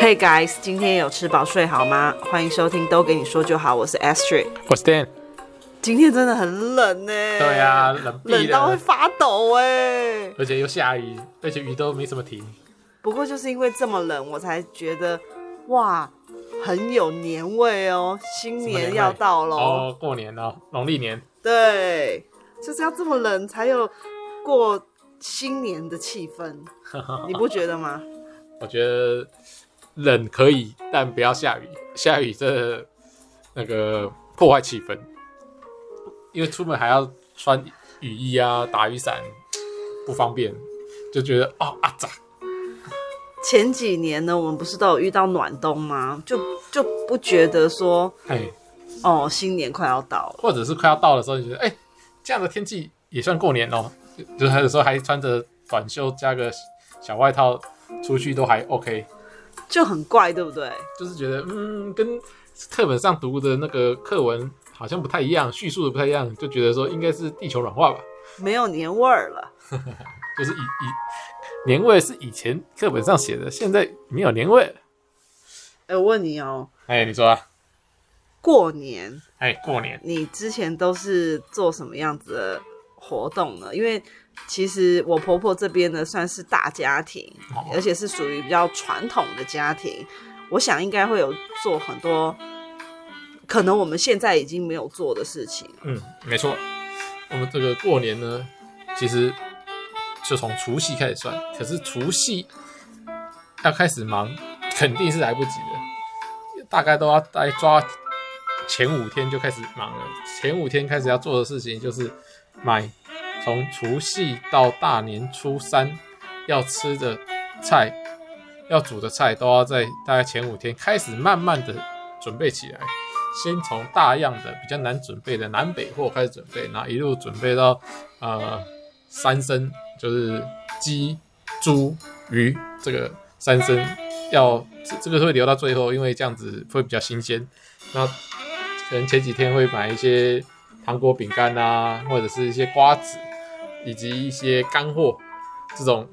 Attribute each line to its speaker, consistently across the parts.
Speaker 1: Hey guys，今天有吃饱睡好吗？欢迎收听，都给你说就好。我是 Astrid，
Speaker 2: 我是 Dan。
Speaker 1: 今天真的很冷呢、
Speaker 2: 对啊，冷毙
Speaker 1: 冷到会
Speaker 2: 了，
Speaker 1: 发抖哎、
Speaker 2: 而且又下雨，而且雨都没什么停。
Speaker 1: 不过就是因为这么冷，我才觉得哇，很有年味哦，新年要到喽。
Speaker 2: 哦，过年哦，农历年。
Speaker 1: 对，就是要这么冷才有过新年的气 氛，你不觉得吗？
Speaker 2: 我觉得冷可以，但不要下雨。下雨这那个破坏气氛，因为出门还要穿雨衣啊，打雨伞不方便，就觉得哦啊咋
Speaker 1: 前几年呢，我们不是都有遇到暖冬吗？就就不觉得说
Speaker 2: 哎，
Speaker 1: 哦，新年快要到了。
Speaker 2: 或者是快要到的时候，你觉得哎、这样的天气也算过年哦，就就是有时候还穿着短袖加个小外套出去都还 OK。
Speaker 1: 就很怪，对不对？
Speaker 2: 就是觉得嗯，跟课本上读的那个课文好像不太一样，叙述的不太一样，就觉得说应该是地球软化吧，
Speaker 1: 没有年味儿了。
Speaker 2: 就是以以年味是以前课本上写的，现在没有年味了。
Speaker 1: 哎、我问你哦，
Speaker 2: 哎，你说啊？
Speaker 1: 过年
Speaker 2: 哎，过年
Speaker 1: 你之前都是做什么样子的活动呢？因为其实我婆婆这边呢算是大家庭，
Speaker 2: 哦
Speaker 1: 而且是属于比较传统的家庭，我想应该会有做很多。可能我们现在已经没有做的事情，
Speaker 2: 嗯，没错，我们这个过年呢，其实就从除夕开始算，可是除夕要开始忙，肯定是来不及的，大概都要再抓前五天就开始忙了。前五天开始要做的事情就是买从除夕到大年初三要吃的菜。要煮的菜都要在大概前五天开始慢慢的准备起来，先从大样的比较难准备的南北货开始准备，然后一路准备到呃三牲，就是鸡、猪、鱼这个三牲要这这个会留到最后，因为这样子会比较新鲜。那可能前几天会买一些糖果、饼干啊，或者是一些瓜子，以及一些干货这种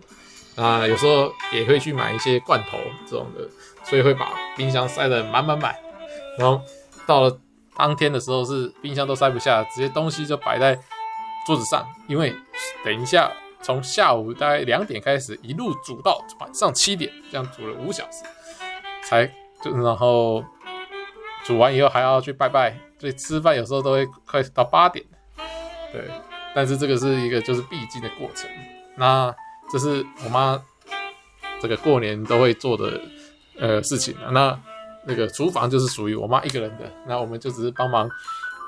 Speaker 2: 啊、有时候也会去买一些罐头这种的，所以会把冰箱塞得满满满。然后到了当天的时候，是冰箱都塞不下，直接东西就摆在桌子上，因为等一下从下午大概两点开始，一路煮到晚上七点，这样煮了五小时，才就然后煮完以后还要去拜拜，所以吃饭有时候都会快到八点，对，但是这个是一个就是必经的过程。那这是我妈这个过年都会做的呃事情啊。那那个厨房就是属于我妈一个人的，那我们就只是帮忙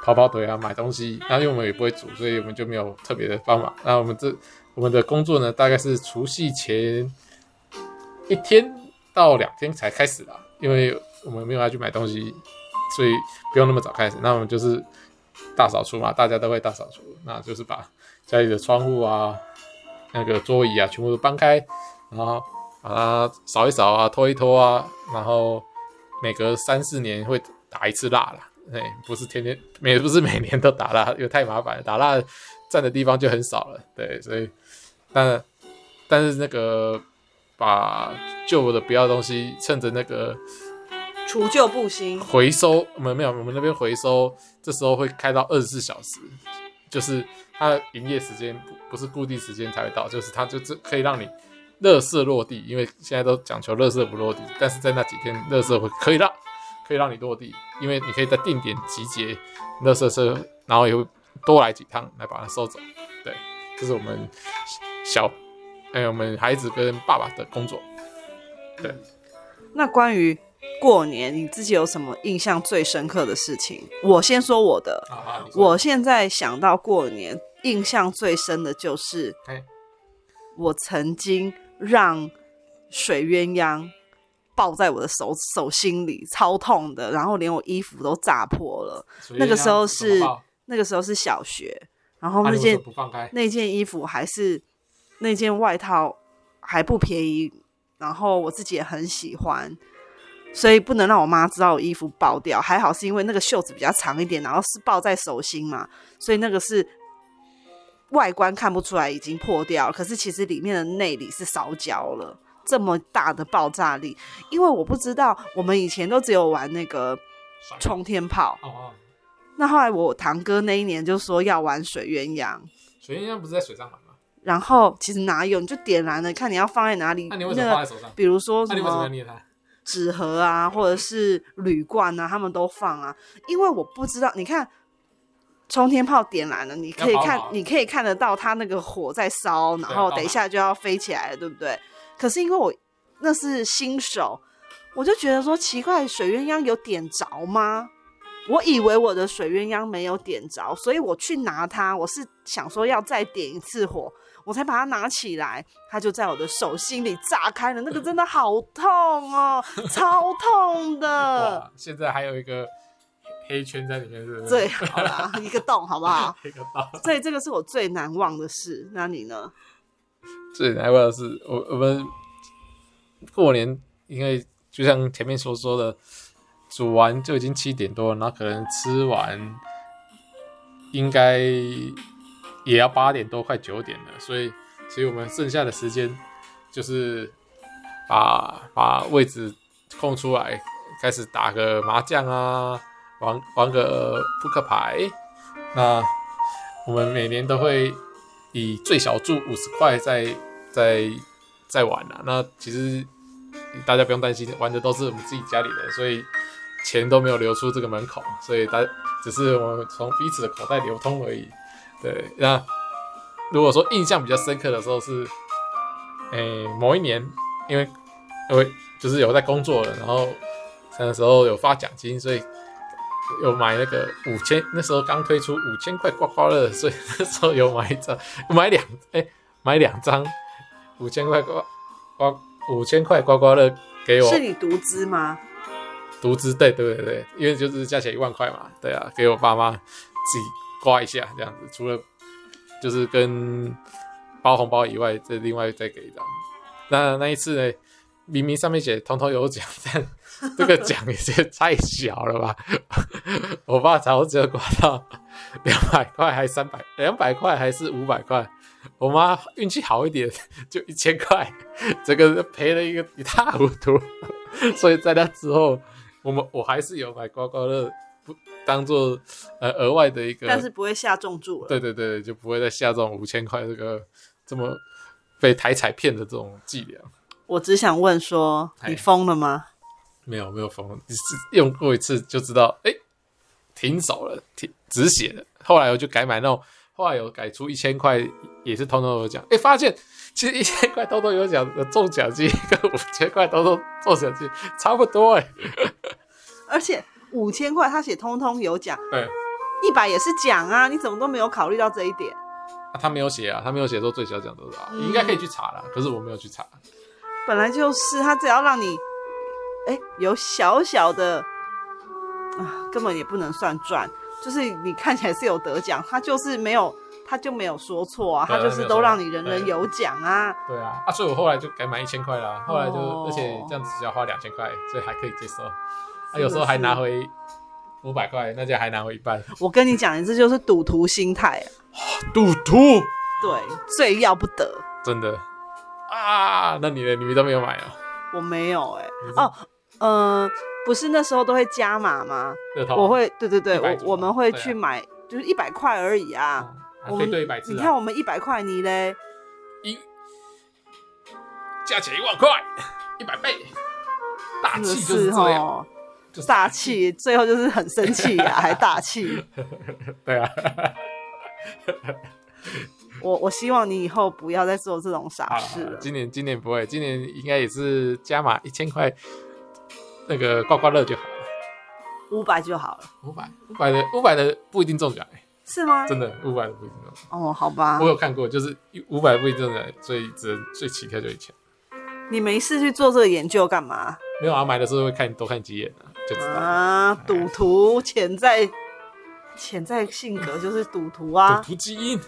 Speaker 2: 跑跑腿啊、买东西。那因为我们也不会煮，所以我们就没有特别的帮忙。那我们这我们的工作呢，大概是除夕前一天到两天才开始啦，因为我们没有要去买东西，所以不用那么早开始。那我们就是大扫除嘛，大家都会大扫除，那就是把家里的窗户啊、那个桌椅啊全部都搬开，然后把它扫一扫啊、拖一拖啊，然后每隔三四年会打一次蜡啦。哎，不是天天，也不是每年都打蜡，因为太麻烦了，打蜡占的地方就很少了。对，所以但但是那个把旧的不要的东西，趁着那个
Speaker 1: 除旧布新，
Speaker 2: 回收，我们没有，我们那边回收，这时候会开到二十四小时，就是它的营业时间不不是固定时间才会到，就是它就是可以让你乐色落地，因为现在都讲求乐色不落地，但是在那几天乐色会可以让可以让你落地，因为你可以在定点集结乐色车，然后也会多来几趟来把它收走。对，这是我们小哎、我们孩子跟爸爸的工作。
Speaker 1: 那关于过年，你自己有什么印象最深刻的事情？我先说我的，
Speaker 2: 啊，
Speaker 1: 我现在想到过年，印象最深的就是
Speaker 2: 哎，
Speaker 1: 我曾经让水鸳鸯抱在我的手手心里，超痛的，然后连我衣服都炸破了。那个时候是那个时候是小学，然后
Speaker 2: 他
Speaker 1: 那
Speaker 2: 们
Speaker 1: 件、
Speaker 2: 不放开。
Speaker 1: 那件衣服还是那件外套还不便宜，然后我自己也很喜欢，所以不能让我妈知道我衣服爆掉。还好是因为那个袖子比较长一点，然后是抱在手心嘛，所以那个是外观看不出来已经破掉了，可是其实里面的内里是烧焦了。这么大的爆炸力，因为我不知道我们以前都只有玩那个
Speaker 2: 爽
Speaker 1: 冲天炮，
Speaker 2: 哦哦，
Speaker 1: 那后来我堂哥那一年就说要玩水鸳鸯，
Speaker 2: 水鸳鸯不是在水上玩吗？
Speaker 1: 然后其实哪有你就点燃了，看你要放在哪里，那
Speaker 2: 那你为什么
Speaker 1: 个
Speaker 2: 放在手上？
Speaker 1: 比如说
Speaker 2: 那
Speaker 1: 什
Speaker 2: 你为什么要
Speaker 1: 么
Speaker 2: 捏它？
Speaker 1: 纸盒 啊，或者是铝罐啊，他们都放啊，因为我不知道，你看。冲天炮点燃了，你可以
Speaker 2: 要跑
Speaker 1: 看
Speaker 2: 跑，
Speaker 1: 你可以看得到它那个火在烧，然后
Speaker 2: 要跑
Speaker 1: 等一下就要飞起来了，对不对？可是因为我那是新手，我就觉得说奇怪，水鸳鸯有点着吗？我以为我的水鸳鸯没有点着，所以我去拿它，我是想说要再点一次火，我才把它拿起来，它就在我的手心里炸开了，那个真的好痛 哦，超痛的。
Speaker 2: 哇，现在还有一个黑圈在里面，是不是？
Speaker 1: 最好啦，一个洞好不好？
Speaker 2: 黑个道。
Speaker 1: 所以这个是我最难忘的事。那你呢？
Speaker 2: 最难忘的是，我我们过年，因为就像前面所说的，煮完就已经七点多了，然后可能吃完应该也要八点多，快九点了，所以所以我们剩下的时间就是把把位置空出来，开始打个麻将啊，玩玩个扑克牌。那我们每年都会以最小注五十块在在在玩啊。那其实大家不用担心，玩的都是我们自己家里人，所以钱都没有流出这个门口，所以大只是我们从彼此的口袋流通而已。对，那如果说印象比较深刻的时候是，诶、某一年，因为因为就是有在工作了，然后那时候有发奖金，所以有买那个五千，那时候刚推出五千块刮刮乐，所以那时候有买一张，买两哎、买两张五千块刮刮五千块刮刮乐给哎我
Speaker 1: 是你独资吗？
Speaker 2: 独资对对对对，因为就是加起来一万块嘛，对啊，给我爸妈自己刮一下这样子，除了就是跟包红包以外，这另外再给一张。那那一次呢，明明上面写通通有奖， 但这个奖也是太小了吧？我爸好像只有刮到两百块，还三百，两百块还是五百块。我妈运气好一点，就一千块，这个赔了一个一塌糊涂。所以在那之后，我们我还是有买刮刮乐，不当做呃额外的一个，
Speaker 1: 但是不会下重注了。
Speaker 2: 对对对，就不会再下这种五千块这个这么被台彩骗的这种伎俩。
Speaker 1: 我只想问说，
Speaker 2: 哎
Speaker 1: 你疯了吗？
Speaker 2: 没有没有疯，只是用过一次就知道，哎、停手了，停止血了。后来我就改买那种，后来有改出一千块，也是通通有奖。哎、发现其实一千块通通有奖的中奖机跟五千块通通中奖机差不多哎、
Speaker 1: 而且五千块他写通通有奖，
Speaker 2: 对，
Speaker 1: 一百也是奖啊，你怎么都没有考虑到这一点？
Speaker 2: 啊他没有写啊，他没有写说最小奖多少啊，你应该可以去查啦。可是我没有去查，
Speaker 1: 本来就是他只要让你，哎、有小小的啊，根本也不能算赚，就是你看起来是有得奖，他就是没有，他就没有说错啊，
Speaker 2: 对
Speaker 1: 他
Speaker 2: 啊
Speaker 1: 就是
Speaker 2: 没有说
Speaker 1: 都让你
Speaker 2: 错
Speaker 1: 人人
Speaker 2: 对
Speaker 1: 有奖啊。
Speaker 2: 对啊，啊，所以我后来就改买一千块啦，后来就、
Speaker 1: 哦
Speaker 2: 而且这样子只要花两千块，所以还可以接受。啊，有时候还拿回五百块，那就还拿回一半。
Speaker 1: 我跟你讲，你这就是赌徒心态、啊，
Speaker 2: 赌徒，
Speaker 1: 对，最要不得。
Speaker 2: 真的啊？那你呢？你都没有买啊？
Speaker 1: 我没有哎、
Speaker 2: 你是
Speaker 1: 哦，呃，不是那时候都会加码吗？
Speaker 2: 乐透啊？
Speaker 1: 我会，对对对，
Speaker 2: 100组
Speaker 1: 我我们会
Speaker 2: 对啊
Speaker 1: 去买，就是一百块而已
Speaker 2: 啊
Speaker 1: 啊。，
Speaker 2: 啊
Speaker 1: 我
Speaker 2: 可以
Speaker 1: 们
Speaker 2: 兑一百次
Speaker 1: 你
Speaker 2: 啊，
Speaker 1: 看我们一百块，你嘞？
Speaker 2: 一加起来一万块，一百倍，大
Speaker 1: 真的
Speaker 2: 啊气就是这样，
Speaker 1: 哦，
Speaker 2: 就是
Speaker 1: 大。 气，最后就是很生气呀、还大气。
Speaker 2: 对啊，
Speaker 1: 我我希望你以后不要再做这种
Speaker 2: 好
Speaker 1: 傻
Speaker 2: 了
Speaker 1: 事了。
Speaker 2: 今年今年不会，今年应该也是加码一千块，那个刮刮乐就好了。
Speaker 1: 五百就好了，
Speaker 2: 五百五百的五百的不一定中奖、欸，
Speaker 1: 是吗？
Speaker 2: 真的五百的不一定中奖。
Speaker 1: 哦，好吧
Speaker 2: 我，有看过，就是五百不一定中奖，所以只能最起跳就一千。
Speaker 1: 你没事去做这个研究干嘛
Speaker 2: 没有啊，买的时候会看多看几眼啊，就知道了。
Speaker 1: 啊？赌徒潜在潜在性格就是赌徒啊
Speaker 2: 赌，徒基因，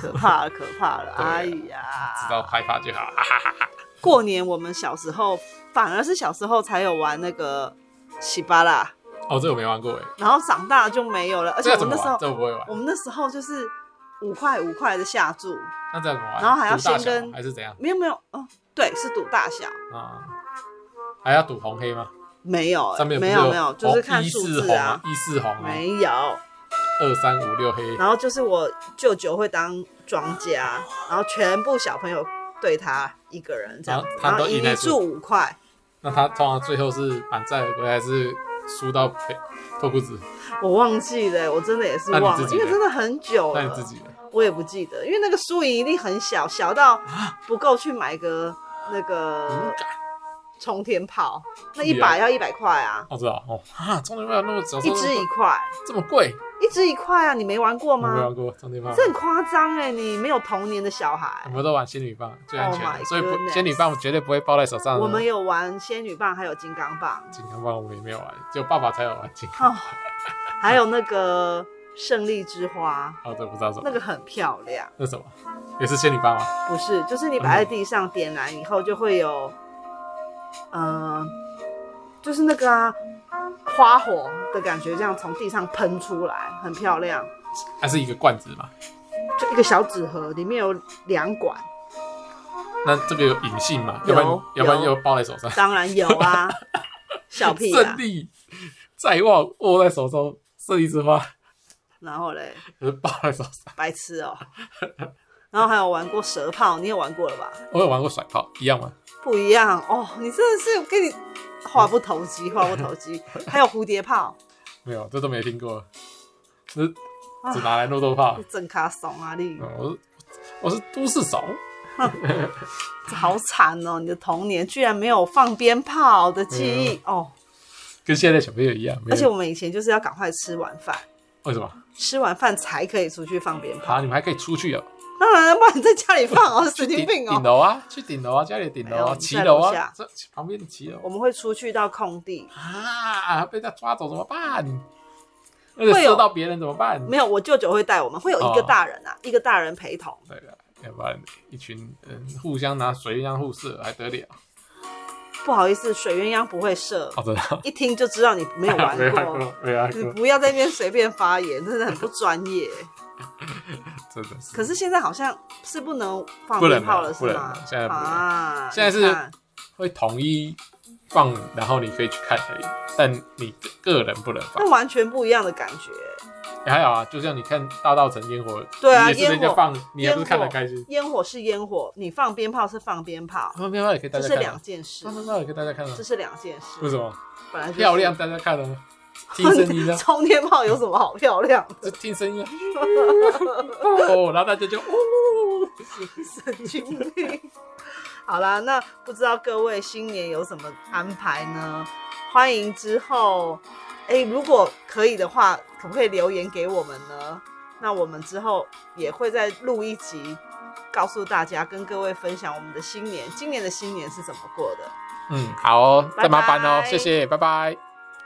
Speaker 1: 可怕了，可怕了！
Speaker 2: 对啊
Speaker 1: 哎呀，
Speaker 2: 知道害怕就好。啊哈哈哈哈
Speaker 1: 过年我们小时候，反而是小时候才有玩那个喜巴拉，
Speaker 2: 哦，这我没玩过哎，
Speaker 1: 然后长大就没有了。而且
Speaker 2: 这
Speaker 1: 我
Speaker 2: 个怎
Speaker 1: 们
Speaker 2: 么
Speaker 1: 那时候
Speaker 2: 玩？，这我不会玩
Speaker 1: 我。们那时候就是五块五块的下注，
Speaker 2: 那这样怎么玩？
Speaker 1: 然后还要
Speaker 2: 赌大
Speaker 1: 先跟
Speaker 2: 小啊还是怎样
Speaker 1: 没有没有，哦，对，是赌大小，
Speaker 2: 啊？还要赌红黑吗？
Speaker 1: 没有、欸，
Speaker 2: 上面不
Speaker 1: 没
Speaker 2: 是
Speaker 1: 有没有，就是
Speaker 2: 红
Speaker 1: 看
Speaker 2: 一
Speaker 1: 数
Speaker 2: 四
Speaker 1: 字
Speaker 2: 红
Speaker 1: 啊，
Speaker 2: 一四红啊，
Speaker 1: 没有。
Speaker 2: 二三五六黑
Speaker 1: 然后就是我舅舅会当庄家，然后全部小朋友对他一个人这样子，
Speaker 2: 然
Speaker 1: 然
Speaker 2: 啊后他都
Speaker 1: 后
Speaker 2: 赢
Speaker 1: 一
Speaker 2: 来
Speaker 1: 注五块，
Speaker 2: 那他通常最后是满载而归，还是输到赔脱裤子？
Speaker 1: 我忘记了欸，我真的也是
Speaker 2: 那你
Speaker 1: 忘
Speaker 2: 自
Speaker 1: 了，
Speaker 2: 己
Speaker 1: 因为
Speaker 2: 呢
Speaker 1: 真的很久
Speaker 2: 那
Speaker 1: 了，
Speaker 2: 你自己呢？
Speaker 1: 我也不记得，因为那个输赢一定很小，小到不够去买个那个
Speaker 2: 啊敏感，
Speaker 1: 冲天炮，那
Speaker 2: 屁
Speaker 1: 一
Speaker 2: 啊
Speaker 1: 把要一百块啊，
Speaker 2: 我知道哦啊，中间没有那么早，
Speaker 1: 一支一块，
Speaker 2: 这么贵，
Speaker 1: 一支一块啊，你没玩过
Speaker 2: 我没玩
Speaker 1: 吗？
Speaker 2: 过中间棒，
Speaker 1: 这很夸张哎，你没有童年的小孩
Speaker 2: 我。们都玩仙女棒最安全
Speaker 1: Oh my
Speaker 2: 的，所以不
Speaker 1: goodness
Speaker 2: 仙女棒绝对不会抱在手上的。
Speaker 1: 我们有玩仙女棒，还有金刚棒，
Speaker 2: 金刚棒我们也没有玩，只有爸爸才有玩金刚。
Speaker 1: 哦，还有那个胜利之花，
Speaker 2: 哦，这不知道什么
Speaker 1: 那，个很漂亮。
Speaker 2: 那什么也是仙女棒吗？
Speaker 1: 不是，就是你摆在地上点燃以后，就会有，嗯、就是那个啊，花火的感觉，这样从地上喷出来，很漂亮。
Speaker 2: 还是一个罐子嘛？
Speaker 1: 就一个小纸盒，里面有两管，
Speaker 2: 那这个有隐性嘛？
Speaker 1: 有
Speaker 2: 要不然要不然
Speaker 1: 有
Speaker 2: 又抱在手上。
Speaker 1: 当然有啊，小屁啊
Speaker 2: 胜。利在握，握在手中，胜利之花
Speaker 1: 然后嘞，
Speaker 2: 可是抱在手上。
Speaker 1: 白痴哦、然后还有玩过蛇炮，你也玩过了吧？
Speaker 2: 我有玩过甩炮，一样吗？
Speaker 1: 不一样哦，你真的是我跟你话不投机，话不投机。还有蝴蝶炮，
Speaker 2: 没有，这都没听过，只只拿来弄豆泡。
Speaker 1: 整卡怂啊你，
Speaker 2: 嗯我是我是都市手，
Speaker 1: 好惨哦！你的童年居然没有放鞭炮的记忆哦，
Speaker 2: 跟现在小朋友一样。没有
Speaker 1: 而且我们以前就是要赶快吃晚饭，
Speaker 2: 为什么？
Speaker 1: 吃完饭才可以出去放鞭炮。
Speaker 2: 啊，你们还可以出去哦，
Speaker 1: 当然了，不然在家里放哦，神经
Speaker 2: 顶
Speaker 1: 病
Speaker 2: 顶
Speaker 1: 哦。
Speaker 2: 楼啊，去顶楼啊，家里的顶楼
Speaker 1: 没有
Speaker 2: 啊，
Speaker 1: 我们
Speaker 2: 骑
Speaker 1: 在
Speaker 2: 楼
Speaker 1: 楼
Speaker 2: 啊
Speaker 1: 下，
Speaker 2: 这旁边的骑楼
Speaker 1: 我们会出去到空地，
Speaker 2: 啊，被他抓走怎么办？而且
Speaker 1: 会有
Speaker 2: 射到别人怎么办？
Speaker 1: 没有我舅舅会带我们，会有一个
Speaker 2: 哦
Speaker 1: 大人啊，一个大人陪同。
Speaker 2: 对啊，要不然一群人互相拿水枪互射还得了？
Speaker 1: 不好意思，水鸳鸯不会射，
Speaker 2: 哦，真的
Speaker 1: 一听就知道你没有玩
Speaker 2: 没玩
Speaker 1: 过。
Speaker 2: 过，没玩
Speaker 1: 你
Speaker 2: 过，
Speaker 1: 不要在那边随便发言，真的很不专业。
Speaker 2: 真的是。
Speaker 1: 可是现在好像是不能放
Speaker 2: 不能
Speaker 1: 鞭炮了，是
Speaker 2: 不能
Speaker 1: 吗？
Speaker 2: 现在不能
Speaker 1: 啊，
Speaker 2: 现在是
Speaker 1: 你看
Speaker 2: 会统一放，然后你可以去看而已，但你个人不能放
Speaker 1: 那。完全不一样的感觉。
Speaker 2: 也还好啊，就像你看大道城烟火，
Speaker 1: 对啊
Speaker 2: 你也是人
Speaker 1: 烟
Speaker 2: 家
Speaker 1: 火
Speaker 2: 放，你也不是看得
Speaker 1: 烟火
Speaker 2: 开心。
Speaker 1: 烟火是烟火，你放鞭炮是放鞭炮，
Speaker 2: 放鞭炮也可以大
Speaker 1: 这
Speaker 2: 家
Speaker 1: 是
Speaker 2: 看啊
Speaker 1: 两，件事
Speaker 2: 放，鞭炮也可以大家看啊
Speaker 1: 这。是两件事
Speaker 2: 为。什么？
Speaker 1: 本来就是
Speaker 2: 漂亮，，大家看啊，听声音啊，
Speaker 1: 冲天炮有什么好漂亮的？
Speaker 2: 就 听声音啊， 哦，然后大家就哦，
Speaker 1: 神经病。好啦，那不知道各位新年有什么安排呢？欢迎之后，哎、如果可以的话，可不可以留言给我们呢？那我们之后也会再录一集，告诉大家，跟各位分享我们的新年，今年的新年是怎么过的。
Speaker 2: 嗯，好哦，再麻烦哦
Speaker 1: 拜，拜
Speaker 2: 谢谢，拜拜。